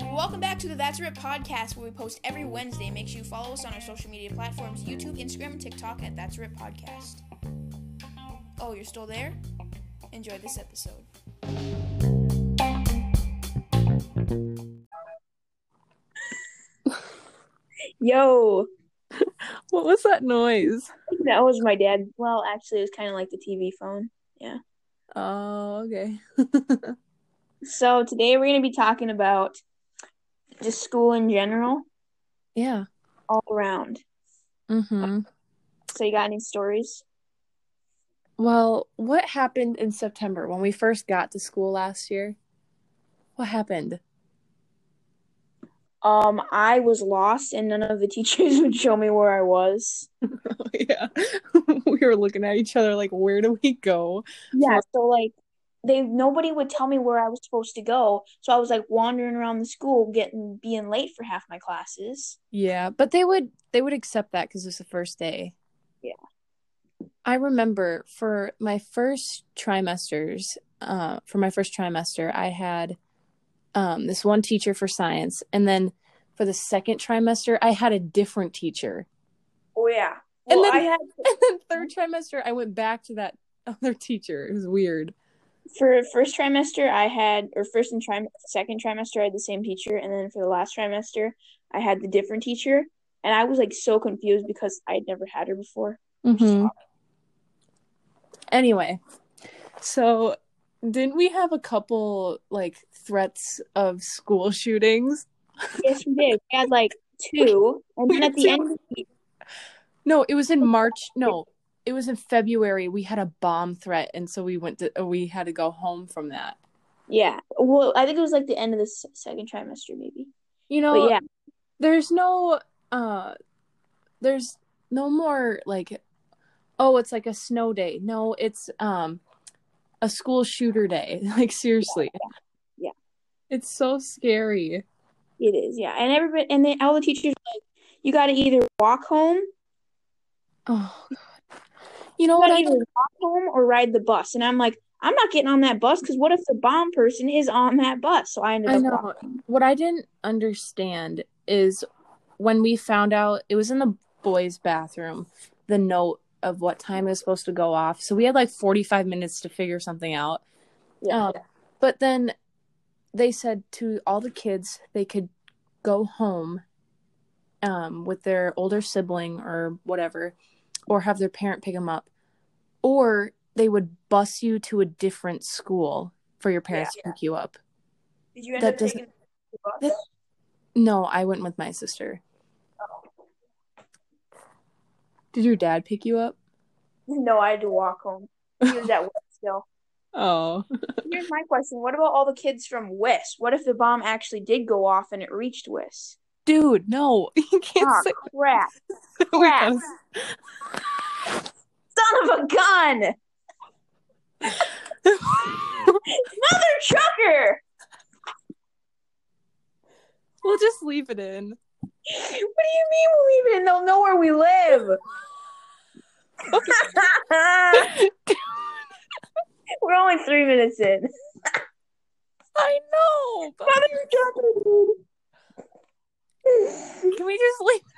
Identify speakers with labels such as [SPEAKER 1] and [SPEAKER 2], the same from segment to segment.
[SPEAKER 1] Welcome back to the That's Rip podcast, where we post every Wednesday. Make sure you follow us on our social media platforms YouTube, Instagram, and TikTok at That's Rip Podcast. Oh, you're still there? Enjoy this episode.
[SPEAKER 2] Yo,
[SPEAKER 3] What was that noise?
[SPEAKER 2] that was my dad. Well, actually, it was kind of like the TV phone.
[SPEAKER 3] Oh, okay.
[SPEAKER 2] So today we're going to be talking about just school in general,
[SPEAKER 3] yeah.
[SPEAKER 2] all around.
[SPEAKER 3] Mm-hmm.
[SPEAKER 2] So you got any stories?
[SPEAKER 3] Well, what happened in September when we first got to school last year? What happened?
[SPEAKER 2] Um, I was lost, and none of the teachers would show me where I was.
[SPEAKER 3] yeah. we were looking at each other like, where do we go?
[SPEAKER 2] Yeah, so like they nobody would tell me where I was supposed to go. So I was like wandering around the school, getting being late for half my classes.
[SPEAKER 3] Yeah, but they would they would accept that because it's the first day.
[SPEAKER 2] Yeah.
[SPEAKER 3] I remember for my first trimesters, uh, for my first trimester, I had um, this one teacher for science, and then for the second trimester, I had a different teacher.
[SPEAKER 2] Oh yeah.
[SPEAKER 3] And
[SPEAKER 2] Well,
[SPEAKER 3] then-
[SPEAKER 2] I had
[SPEAKER 3] And then third trimester, I went back to that other teacher. It was weird.
[SPEAKER 2] for first trimester I had or first and trim second trimester I had the same teacher and then for the last trimester I had the different teacher and I was like so confused because I'd never had her before. Mm-hmm.
[SPEAKER 3] Mm-hmm. Anyway, so didn't we have a couple like threats of school shootings?
[SPEAKER 2] Yes, we did. We had like two and then
[SPEAKER 3] We
[SPEAKER 2] at the
[SPEAKER 3] do.
[SPEAKER 2] end
[SPEAKER 3] No, it
[SPEAKER 2] Oh,
[SPEAKER 3] was in March. No, it was in February. We had a bomb threat, and so we went to uh, we had to go home from that.
[SPEAKER 2] yeah. Well, I think it was like the end of the s- second trimester maybe.
[SPEAKER 3] You know,
[SPEAKER 2] But yeah,
[SPEAKER 3] there's no uh there's no more like oh it's like a snow day no it's um a school shooter day like seriously
[SPEAKER 2] yeah.
[SPEAKER 3] it's so scary
[SPEAKER 2] it is. Yeah. And everybody and then all the teachers were like you got to either walk home,
[SPEAKER 3] oh God. you know
[SPEAKER 2] you
[SPEAKER 3] what
[SPEAKER 2] got to
[SPEAKER 3] I
[SPEAKER 2] either walk home or ride the bus. And I'm like I'm not getting on that bus cuz what if the bomb person is on that bus? So I ended
[SPEAKER 3] I
[SPEAKER 2] up
[SPEAKER 3] know.
[SPEAKER 2] walking.
[SPEAKER 3] what I didn't understand is when we found out it was in the boys' bathroom, the note of what time it was supposed to go off. So we had like 45 minutes to figure something out.
[SPEAKER 2] Yeah.
[SPEAKER 3] Um, but then they said to all the kids they could go home um, with their older sibling or whatever, or have their parent pick them up, or they would bus you to a different school for your parents to pick you up.
[SPEAKER 2] Did you end
[SPEAKER 3] That
[SPEAKER 2] up
[SPEAKER 3] doesn't-
[SPEAKER 2] taking the bus?
[SPEAKER 3] that- No, I went with my sister. Did your dad pick you up?
[SPEAKER 2] No, I had to walk home. He was at work still.
[SPEAKER 3] Oh.
[SPEAKER 2] Here's my question: What about all the kids from Wis? What if the bomb actually did go off and it reached Wis?
[SPEAKER 3] Dude, no. You can't
[SPEAKER 2] Oh,
[SPEAKER 3] say
[SPEAKER 2] crap!
[SPEAKER 3] that. We
[SPEAKER 2] crap.
[SPEAKER 3] gotta-
[SPEAKER 2] Son of a gun! Another trucker!
[SPEAKER 3] we'll just leave it in.
[SPEAKER 2] What do you mean we'll leave it? And they'll know where we live. We're only three minutes in.
[SPEAKER 3] I know. But
[SPEAKER 2] Another trucker, dude.
[SPEAKER 3] can we just leave?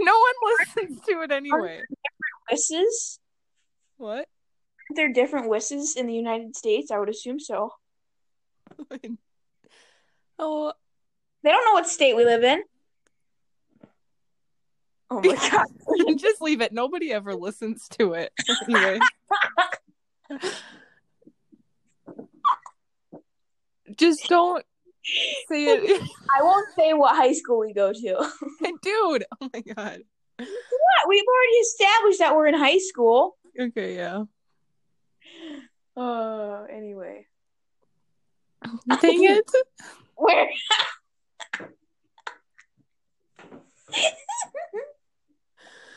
[SPEAKER 3] No one listens to it anyway.
[SPEAKER 2] Wisses?
[SPEAKER 3] What?
[SPEAKER 2] Aren't there different Wisses in the United States? I would assume so.
[SPEAKER 3] Oh,
[SPEAKER 2] They don't know what state we live in. Oh my god.
[SPEAKER 3] just leave it. Nobody ever listens to it. Anyway. just don't say it.
[SPEAKER 2] I won't say what high school we go to. What?
[SPEAKER 3] dude oh my god
[SPEAKER 2] We've already established that we're in high school.
[SPEAKER 3] okay yeah
[SPEAKER 2] Oh, anyway.
[SPEAKER 3] dang it
[SPEAKER 2] Where?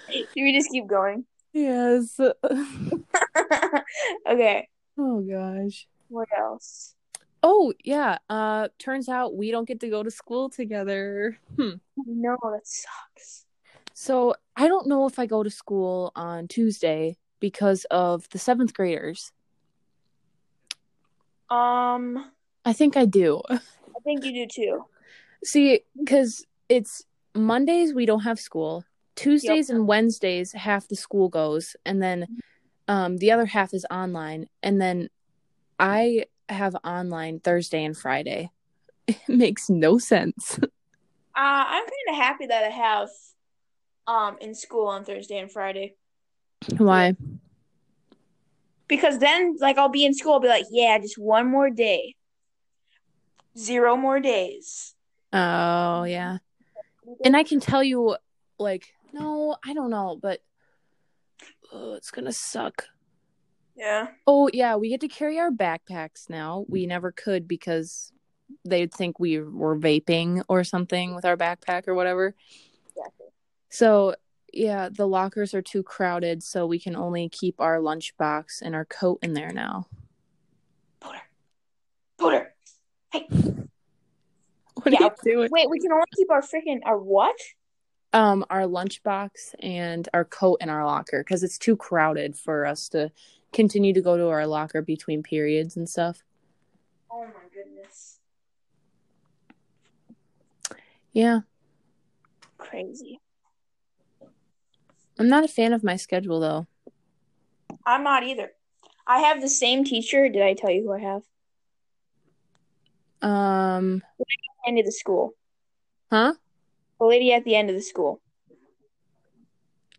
[SPEAKER 2] Should we just keep going?
[SPEAKER 3] yes
[SPEAKER 2] okay.
[SPEAKER 3] oh gosh
[SPEAKER 2] What else?
[SPEAKER 3] oh yeah uh turns out we don't get to go to school together hmm.
[SPEAKER 2] No, that sucks.
[SPEAKER 3] so i don't know if i go to school on tuesday because of the seventh graders
[SPEAKER 2] Um,
[SPEAKER 3] I think I do.
[SPEAKER 2] I think you do too.
[SPEAKER 3] See, because it's Mondays we don't have school. Tuesdays and Wednesdays half the school goes, and then um, the other half is online. And then I have online Thursday and Friday. It makes no sense.
[SPEAKER 2] Uh, I'm kind of happy that I have um in school on Thursday and Friday
[SPEAKER 3] Why?
[SPEAKER 2] because then like I'll be in school. I'll be like, yeah, just one more day, zero more days.
[SPEAKER 3] Oh yeah. And I can tell you, like, no, I don't know, but oh, it's gonna suck.
[SPEAKER 2] Yeah.
[SPEAKER 3] Oh yeah, we get to carry our backpacks now. We never could because they'd think we were vaping or something with our backpack or whatever.
[SPEAKER 2] Exactly.
[SPEAKER 3] So yeah, the lockers are too crowded, so we can only keep our lunchbox and our coat in there now.
[SPEAKER 2] Pooter.
[SPEAKER 3] What
[SPEAKER 2] Yeah.
[SPEAKER 3] are you doing?
[SPEAKER 2] Wait, we can only keep our freaking our what?
[SPEAKER 3] Um, our lunchbox and our coat in our locker because it's too crowded for us to continue to go to our locker between periods and stuff.
[SPEAKER 2] Oh my goodness.
[SPEAKER 3] Yeah,
[SPEAKER 2] Crazy.
[SPEAKER 3] I'm not a fan of my schedule though.
[SPEAKER 2] I'm not either. I have the same teacher. Did I tell you who I have?
[SPEAKER 3] Um,
[SPEAKER 2] End of the school.
[SPEAKER 3] huh?
[SPEAKER 2] The lady at the end of the school.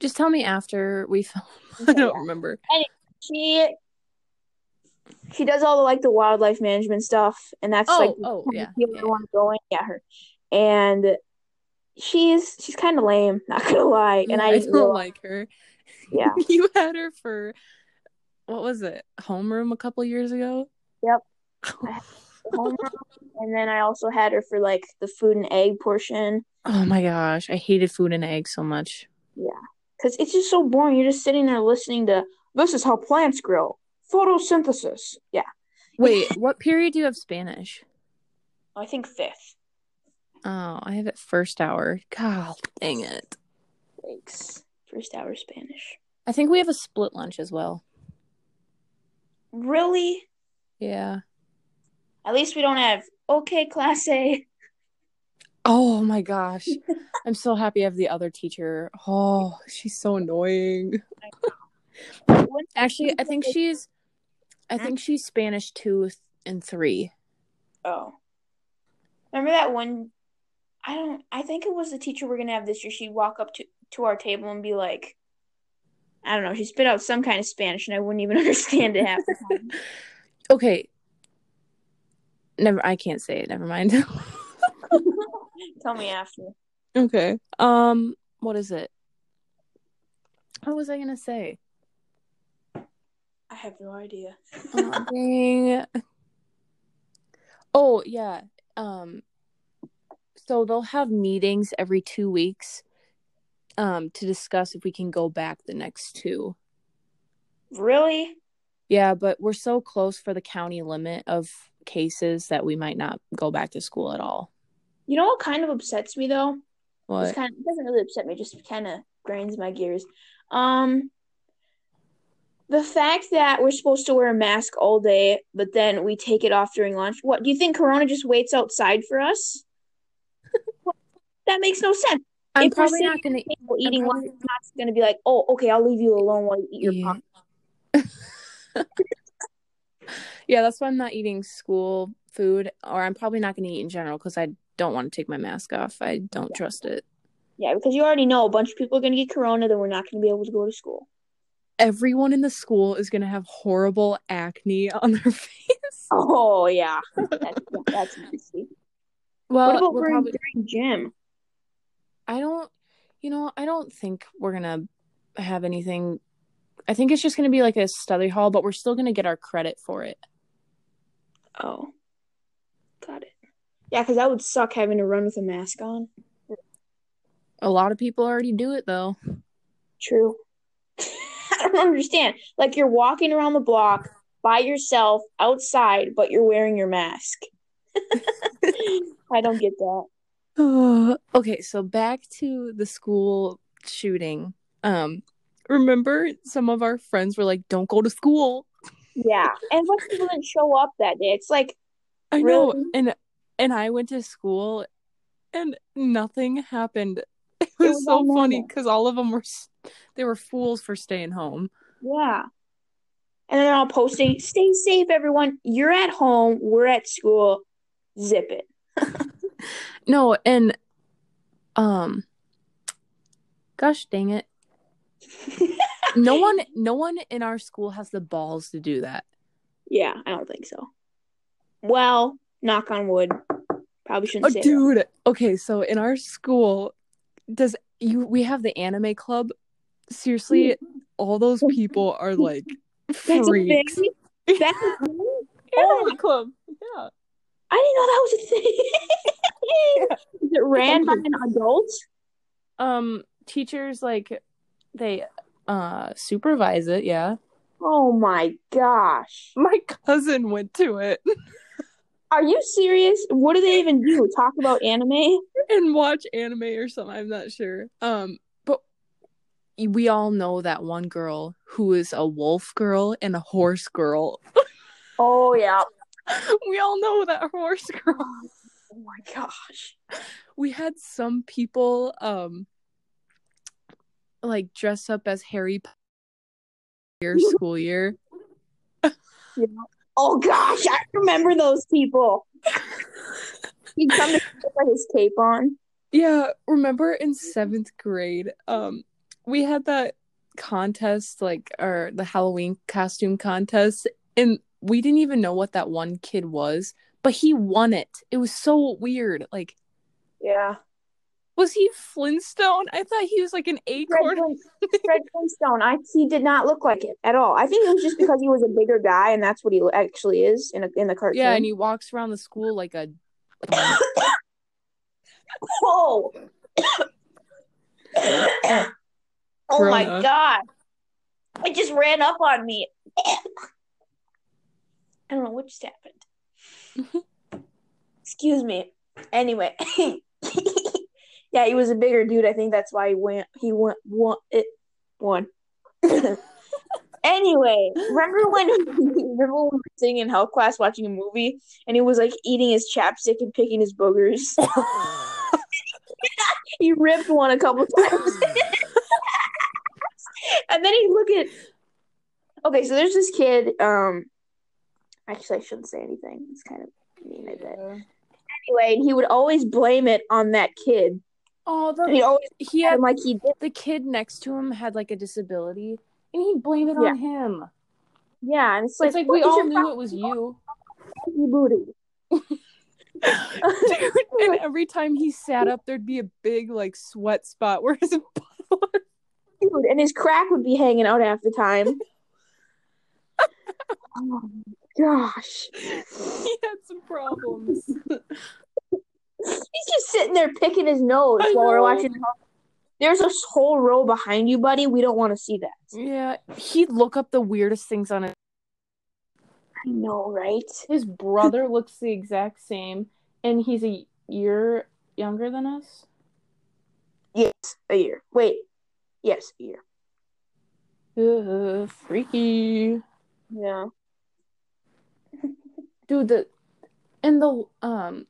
[SPEAKER 3] Just tell me after we film. I don't remember.
[SPEAKER 2] She she does all the like the wildlife management stuff, and that's
[SPEAKER 3] Oh,
[SPEAKER 2] like
[SPEAKER 3] oh, yeah,
[SPEAKER 2] the
[SPEAKER 3] yeah,
[SPEAKER 2] only one going. Yeah, her. And she's she's kind of lame, not gonna lie. And I,
[SPEAKER 3] I
[SPEAKER 2] didn't
[SPEAKER 3] don't
[SPEAKER 2] realize-
[SPEAKER 3] like her.
[SPEAKER 2] yeah,
[SPEAKER 3] you had her for what was it? Homeroom a couple years ago.
[SPEAKER 2] Yep. homeroom. and then I also had her for like the food and egg portion
[SPEAKER 3] Oh my gosh, I hated food and eggs so much.
[SPEAKER 2] because it's just so boring. You're just sitting there listening to this is how plants grow, photosynthesis. Yeah,
[SPEAKER 3] Wait, what period do you have Spanish?
[SPEAKER 2] I think fifth.
[SPEAKER 3] Oh, I have it first hour. God dang it.
[SPEAKER 2] Thanks. First hour Spanish.
[SPEAKER 3] I think we have a split lunch as well.
[SPEAKER 2] Really?
[SPEAKER 3] Yeah.
[SPEAKER 2] At least we don't have okay class A.
[SPEAKER 3] Oh my gosh. I'm so happy I have the other teacher. Oh, she's so annoying. Actually, I think she's I think she's Spanish 2 and 3.
[SPEAKER 2] Oh. Remember that one? I don't. I think it was the teacher we're gonna have this year. She'd walk up to to our table and be like, I don't know. She spit out some kind of Spanish, and I wouldn't even understand it half the time.
[SPEAKER 3] Okay. Never I can't say it. Never mind.
[SPEAKER 2] Tell me after.
[SPEAKER 3] okay. Um what is it? What was I going to say?
[SPEAKER 2] I have no idea. Uh-huh.
[SPEAKER 3] Aw, dang. Oh yeah. Um so they'll have meetings every 2 weeks um to discuss if we can go back the next two.
[SPEAKER 2] Really?
[SPEAKER 3] Yeah, but we're so close for the county limit of cases that we might not go back to school at all.
[SPEAKER 2] You know what kind of upsets me though? It's
[SPEAKER 3] What?
[SPEAKER 2] kind of, it doesn't really upset me, just kind of grinds my gears. Um, the fact that we're supposed to wear a mask all day, but then we take it off during lunch. What do you think? Corona just waits outside for us? that makes no sense.
[SPEAKER 3] I'm
[SPEAKER 2] if we're
[SPEAKER 3] probably
[SPEAKER 2] sitting
[SPEAKER 3] not going to
[SPEAKER 2] People eating
[SPEAKER 3] probably-
[SPEAKER 2] lunch, is not going to be like, oh, okay, I'll leave you alone while you eat your
[SPEAKER 3] Yeah.
[SPEAKER 2] popcorn.
[SPEAKER 3] Yeah, that's why I'm not eating school food or I'm probably not going to eat in general cuz I don't want to take my mask off. I don't trust it.
[SPEAKER 2] Yeah, because you already know a bunch of people are going to get corona, then we're not going to be able to go to school.
[SPEAKER 3] Everyone in the school is going to have horrible acne on their face.
[SPEAKER 2] Oh yeah, that's, that's nasty.
[SPEAKER 3] Well,
[SPEAKER 2] What about
[SPEAKER 3] we're
[SPEAKER 2] wearing
[SPEAKER 3] probably
[SPEAKER 2] during gym?
[SPEAKER 3] I don't, you know, I don't think we're gonna have anything. I think it's just gonna be like a study hall, but we're still gonna get our credit for it.
[SPEAKER 2] Oh, got it. Yeah, because that would suck having to run with a mask on.
[SPEAKER 3] A lot of people already do it though.
[SPEAKER 2] True. I don't understand. Like you're walking around the block by yourself outside, but you're wearing your mask. I don't get that.
[SPEAKER 3] okay, so back to the school shooting. Um, remember some of our friends were like, "Don't go to school."
[SPEAKER 2] Yeah, and a bunch of people didn't show up that day. It's like
[SPEAKER 3] I know,
[SPEAKER 2] Really?
[SPEAKER 3] and and I went to school, and nothing happened. It was,
[SPEAKER 2] was all
[SPEAKER 3] so
[SPEAKER 2] normal.
[SPEAKER 3] funny because all of them were s- they were fools for staying home.
[SPEAKER 2] Yeah. And then I'll posting, stay safe, everyone. You're at home, we're at school, zip it.
[SPEAKER 3] No, and um, gosh dang it, no one, no one in our school has the balls to do that.
[SPEAKER 2] Yeah, I don't think so. Well, knock on wood. Probably shouldn't
[SPEAKER 3] Oh,
[SPEAKER 2] say that.
[SPEAKER 3] dude. Okay, so in our school, does you we have the anime club? Seriously, all those people are like
[SPEAKER 2] That's a thing.
[SPEAKER 3] freaks.
[SPEAKER 2] That's a thing. Oh.
[SPEAKER 3] Anime club. Yeah.
[SPEAKER 2] I didn't know that was a thing. Is it ran by an adult?
[SPEAKER 3] Um, teachers like they uh supervise it. Yeah.
[SPEAKER 2] Oh my gosh.
[SPEAKER 3] My cousin went to it
[SPEAKER 2] Are you serious? What do they even do? Talk about anime?
[SPEAKER 3] and watch anime or something. I'm not sure. Um, but we all know that one girl who is a wolf girl and a horse girl.
[SPEAKER 2] Oh, yeah.
[SPEAKER 3] We all know that horse girl.
[SPEAKER 2] Oh my gosh.
[SPEAKER 3] we had some people um like dress up as Harry Potter your school year.
[SPEAKER 2] Oh gosh, I remember those people. He'd come to school with his cape on.
[SPEAKER 3] Yeah, remember in seventh grade, um, we had that contest, like or the Halloween costume contest, and we didn't even know what that one kid was, but he won it. It was so weird. Like,
[SPEAKER 2] Yeah.
[SPEAKER 3] was he Flintstone? I thought he was like an
[SPEAKER 2] Fred,
[SPEAKER 3] acorn.
[SPEAKER 2] Flint, Fred Flintstone. I he did not look like it at all. I think it was just because he was a bigger guy, and that's what he actually is in a, in the cartoon.
[SPEAKER 3] Yeah, and he walks around the school like a
[SPEAKER 2] oh. oh my
[SPEAKER 3] Corona.
[SPEAKER 2] god! It just ran up on me. I don't know what just happened. Excuse me. Anyway. yeah, he was a bigger dude. I think that's why he went. He went one. It one. anyway, remember when remember when we were sitting in health class watching a movie and he was like eating his chapstick and picking his boogers. he ripped one a couple times, and then he look at. Okay, so there's this kid. Um, actually, I shouldn't say anything. It's kind of mean. I did anyway, and he would always blame it on that kid.
[SPEAKER 3] Oh,
[SPEAKER 2] He always
[SPEAKER 3] he
[SPEAKER 2] had
[SPEAKER 3] had
[SPEAKER 2] him like he did.
[SPEAKER 3] the kid next to him had like a disability and he'd blame it
[SPEAKER 2] Yeah.
[SPEAKER 3] on him.
[SPEAKER 2] Yeah, and it's like,
[SPEAKER 3] It's like
[SPEAKER 2] "What
[SPEAKER 3] we
[SPEAKER 2] is
[SPEAKER 3] all
[SPEAKER 2] your
[SPEAKER 3] knew it was you.
[SPEAKER 2] fucking booty?
[SPEAKER 3] Dude, and every time he sat up there'd be a big like sweat spot where his
[SPEAKER 2] Dude, and his crack would be hanging out half the time. oh my gosh.
[SPEAKER 3] he had some problems.
[SPEAKER 2] He's just sitting there picking his nose
[SPEAKER 3] I
[SPEAKER 2] while we're
[SPEAKER 3] know.
[SPEAKER 2] watching. There's a whole row behind you, buddy. We don't want to see that.
[SPEAKER 3] yeah. He'd look up the weirdest things on it.
[SPEAKER 2] I know, right?
[SPEAKER 3] His brother looks the exact same and he's a year younger than us.
[SPEAKER 2] Yes, a year. Wait, yes, a year.
[SPEAKER 3] Ugh, freaky.
[SPEAKER 2] Yeah.
[SPEAKER 3] dude the and the um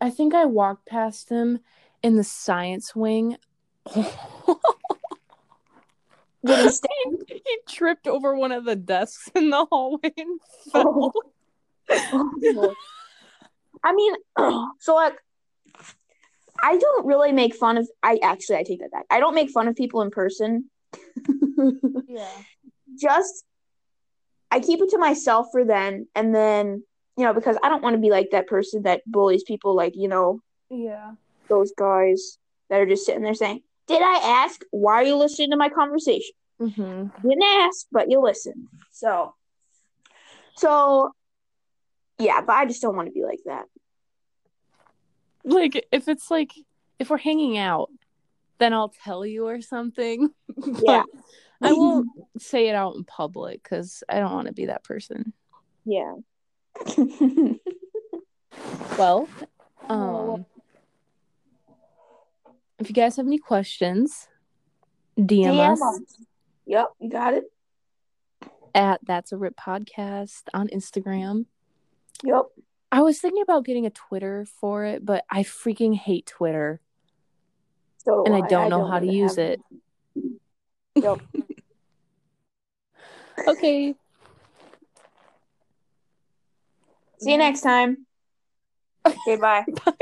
[SPEAKER 3] i think i walked past him in the science wing
[SPEAKER 2] Did he stay?
[SPEAKER 3] he tripped over one of the desks in the hallway and fell
[SPEAKER 2] I mean, so like, I don't really make fun of. I actually, I take that back. I don't make fun of people in person.
[SPEAKER 3] yeah
[SPEAKER 2] just I keep it to myself for then and then you know because I don't want to be like that person that bullies people like you know
[SPEAKER 3] yeah
[SPEAKER 2] those guys that are just sitting there saying did I ask why are you listening to my conversation
[SPEAKER 3] mm-hmm.
[SPEAKER 2] didn't ask but you listen so so yeah but I just don't want to be like that
[SPEAKER 3] like if it's like if we're hanging out then i'll tell you or something
[SPEAKER 2] yeah
[SPEAKER 3] but i won't say it out in public because i don't want to be that person
[SPEAKER 2] yeah
[SPEAKER 3] well
[SPEAKER 2] Oh.
[SPEAKER 3] um if you guys have any questions dm,
[SPEAKER 2] Damn
[SPEAKER 3] us
[SPEAKER 2] us. yep you got it
[SPEAKER 3] at That's a Rip Podcast on Instagram.
[SPEAKER 2] Yep.
[SPEAKER 3] I was thinking about getting a Twitter for it, but I freaking hate Twitter
[SPEAKER 2] So
[SPEAKER 3] and Oh, I don't know how to
[SPEAKER 2] really
[SPEAKER 3] use
[SPEAKER 2] have-
[SPEAKER 3] it.
[SPEAKER 2] Yep.
[SPEAKER 3] Okay.
[SPEAKER 2] See you next time. Okay, bye.
[SPEAKER 3] Bye.